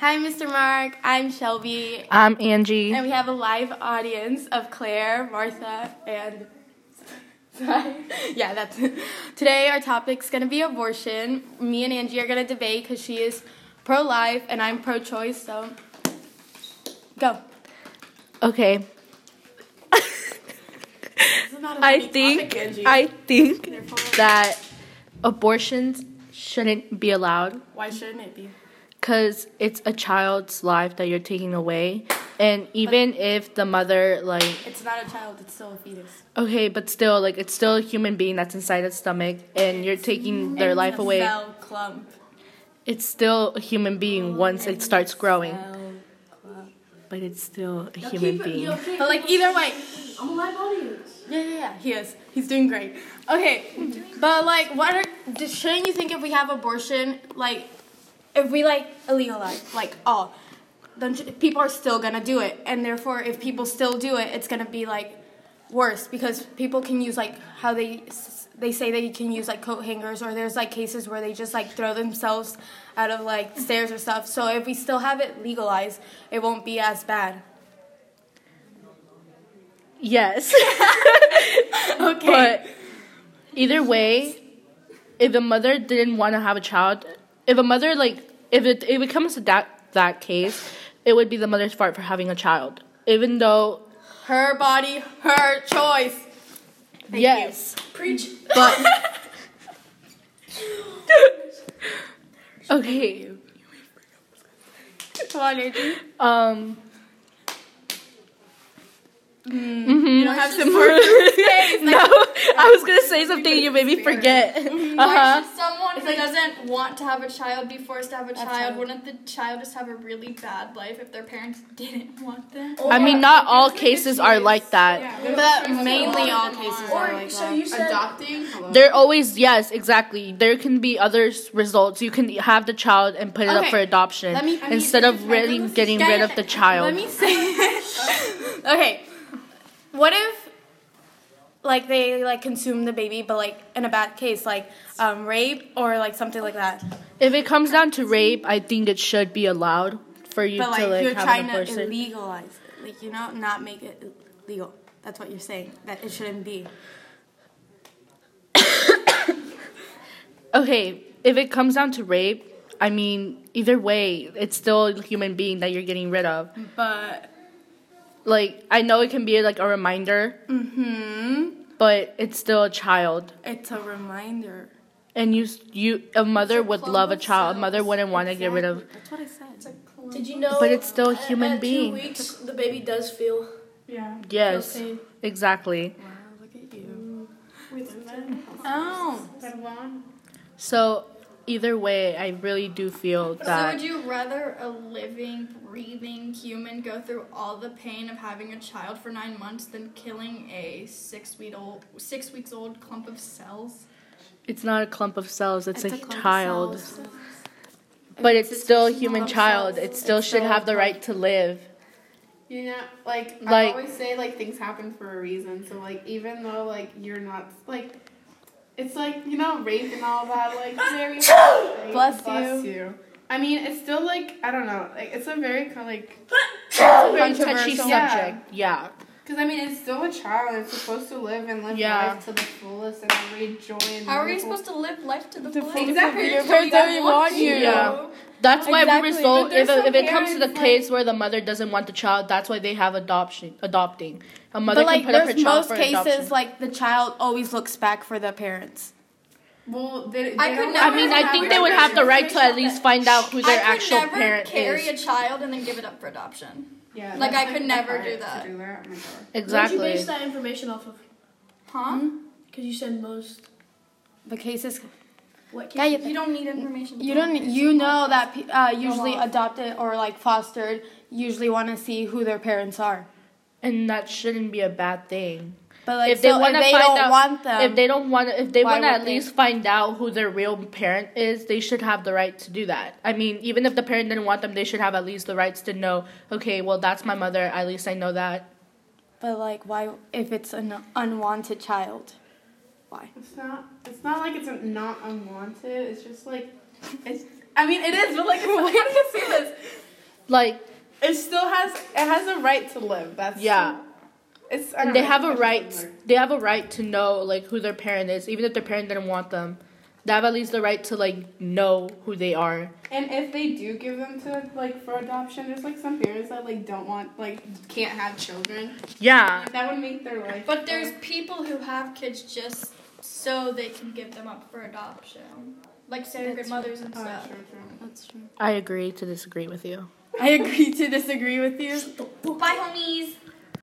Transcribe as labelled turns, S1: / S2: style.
S1: Hi, Mr. Mark. I'm Shelby.
S2: I'm Angie.
S1: And we have a live audience of Claire, Martha, and. yeah, that's. Today, our topic's gonna be abortion. Me and Angie are gonna debate because she is pro life and I'm pro choice, so. Go.
S2: Okay.
S1: This is not a
S2: I
S1: funny
S2: think
S1: topic, Angie.
S2: I think
S1: They're full of-
S2: that abortions shouldn't be allowed
S1: Why shouldn't it be?
S2: cuz it's a child's life that you're taking away and even if the mother like
S1: It's not a child, it's still a fetus.
S2: okay but still like it's still a human being that's inside its stomach and you're taking their
S1: It's
S2: life
S1: a
S2: away
S1: Cell clump.
S2: it's still a human being once it starts growing
S1: Cell clump.
S2: but it's still a human being
S1: But, like, either way,
S3: I'm a live audience.
S1: Yeah, yeah, yeah. He is. He's doing great. Okay, but like, what are? d- Shouldn't you think if we have abortion, like, if we like illegalize, like, all, then j- people are still gonna do it, and therefore, if people still do it, it's gonna be like worse because people can use like how they s- they say they can use like coat hangers or there's like cases where they just like throw themselves out of like stairs or stuff. So if we still have it legalized, it won't be as bad.
S2: yes
S1: Okay.
S2: But either way, if a mother didn't want to have a child, if a mother like if it if it comes to that that case, it would be the mother's fault for having a child. Even though
S1: Her body, her choice. Thank
S2: yes,
S3: Preach.
S2: but okay,
S1: you. Come on, Angie.
S2: um,
S1: You don't have some more space.
S2: no, I was gonna say something you made me forget.
S3: Why
S1: Mm-hmm.
S2: Uh huh.
S3: should someone who doesn't want to have a child be forced to have a
S1: Have
S3: child?
S1: child.
S3: Wouldn't the child just have a really bad life if their parents didn't want them?
S2: I mean, not all cases are like that.
S1: But mainly all cases are like that.
S4: adopting. Hello.
S2: There always yes, exactly. There can be other s- results. You can have the child and put it up
S1: Okay,
S2: for adoption
S1: let me- I mean,
S2: instead
S1: let
S2: of
S1: me-
S2: really getting rid of the
S1: Let
S2: child.
S1: me say. okay, what if, like, they like consume the baby, but like in a bad case, like um, rape or like something like that.
S2: if it comes down to rape, I think it should be allowed for you
S1: But
S2: to
S1: like
S2: like
S1: you're
S2: have
S1: trying
S2: an
S1: to
S2: abortion.
S1: illegalize it, like you know, not make it legal. That's what you're saying. That it shouldn't be.
S2: okay, if it comes down to rape, I mean, either way, it's still a human being that you're getting rid of.
S1: Mm. But
S2: Like I know it can be like a reminder,
S1: Mm. hmm,
S2: but it's still a child.
S1: it's a reminder.
S2: And you, s- you, a mother
S3: It's a
S2: would
S3: clump
S2: love a
S3: of
S2: child. A mother
S3: cells.
S2: wouldn't want to get rid of.
S1: Exactly. That's what I said.
S5: Did you know?
S2: But it's still a
S5: at-
S2: human
S5: at
S2: being.
S5: Two weeks, the baby does feel.
S3: Yeah.
S2: Yes,
S5: pain.
S2: exactly.
S1: Wow, look at you. Oh.
S2: So either way, I really do feel
S3: So
S2: that
S3: would you rather a living, breathing human go through all the pain of having a child for nine months than killing a six week old six weeks old clump of cells?
S2: it's not a clump of cells; it's,
S1: It's
S2: a,
S1: a clump of
S2: child.
S1: cells.
S2: But it's, still a
S1: just
S2: human
S1: clump of
S2: child.
S1: cells.
S2: It still
S1: It's
S2: should
S1: still a
S2: have the
S1: clump.
S2: right to live.
S4: You know, like,
S2: Like-
S4: I always say, like things happen for a reason. So like, even though like you're not like, it's like you know rape and all that. Like very like,
S1: Bless you.
S4: I mean, it's still like I don't know. Like it's a very kind of like
S2: Very touchy
S4: controversial.
S2: subject. Yeah.
S4: Because I mean, it's still a child. It's supposed to live and live
S2: Yeah.
S4: life to the fullest and every joy. And
S3: How are you supposed
S4: wonderful-
S3: to live life to the fullest?
S4: Exactly.
S3: Your
S4: Your
S3: parents don't want
S2: you. Yeah. That's why
S1: Exactly,
S2: we
S1: but
S2: result if,
S4: there's
S2: if
S4: some
S2: it comes to the
S4: parents, like-
S2: case where the mother doesn't want the child. That's why they have adoption. Adopting a mother
S1: but like,
S2: can put up her
S1: there's
S2: child
S1: most
S2: for
S1: cases
S2: adoption.
S1: like the child always looks back for the parents.
S4: Well, they,
S3: I
S4: they
S3: could
S4: don't
S2: I
S3: never
S2: mean, I
S3: have
S2: think
S3: a
S2: they would have the right to at
S3: relationship
S2: least
S3: that-
S2: find out who their
S3: I could
S2: actual
S3: never
S2: parent
S3: carry
S2: is.
S3: a child and then give it up for adoption.
S4: Yeah,
S3: Like,
S4: that's,
S3: I could
S4: the
S3: never
S4: part
S3: do
S4: to
S3: that.
S4: that. Oh my God.
S2: Exactly.
S5: What did you base that information off of?
S3: Huh?
S2: Hmm?
S5: Because you said most.
S1: The cases
S5: What
S1: Yeah,
S5: case?
S1: you-
S3: You don't need information.
S1: you don't you know that pe- uh, usually
S3: off.
S1: adopted or like fostered usually want to see who their parents are.
S2: and that shouldn't be a bad thing.
S1: But like
S2: if they
S1: so
S2: want to
S1: if they
S2: find
S1: don't
S2: out,
S1: want them,
S2: if they don't want, if they
S1: why
S2: want to
S1: would
S2: at
S1: they?
S2: least find out who their real parent is, they should have the right to do that. I mean, even if the parent didn't want them, they should have at least the rights to know. Okay, well, that's my mother. At least I know that.
S1: but like why if it's an unwanted child? Why?
S4: It's not. It's not like it's not unwanted. It's just like. It's. I mean, it is, but like, it's, how do you say this?
S2: Like,
S4: It still has it has a right to live. That's
S2: yeah.
S4: It's I
S2: And
S4: don't
S2: they
S4: know,
S2: have a
S4: it's
S2: right.
S4: similar.
S2: They have a right to know like who their parent is, even if their parent didn't want them. They have at least the right to like know who they are.
S4: And if they do give them to like for adoption, there's like some parents that like don't want like can't have children.
S2: Yeah.
S4: That would make their life.
S3: But there's people who have kids just so they can give them up for adoption, like surrogate mothers and
S4: Oh,
S3: stuff.
S4: true, true.
S1: That's true.
S2: I agree to disagree with you.
S1: I agree to disagree with you.
S3: Bye, homies.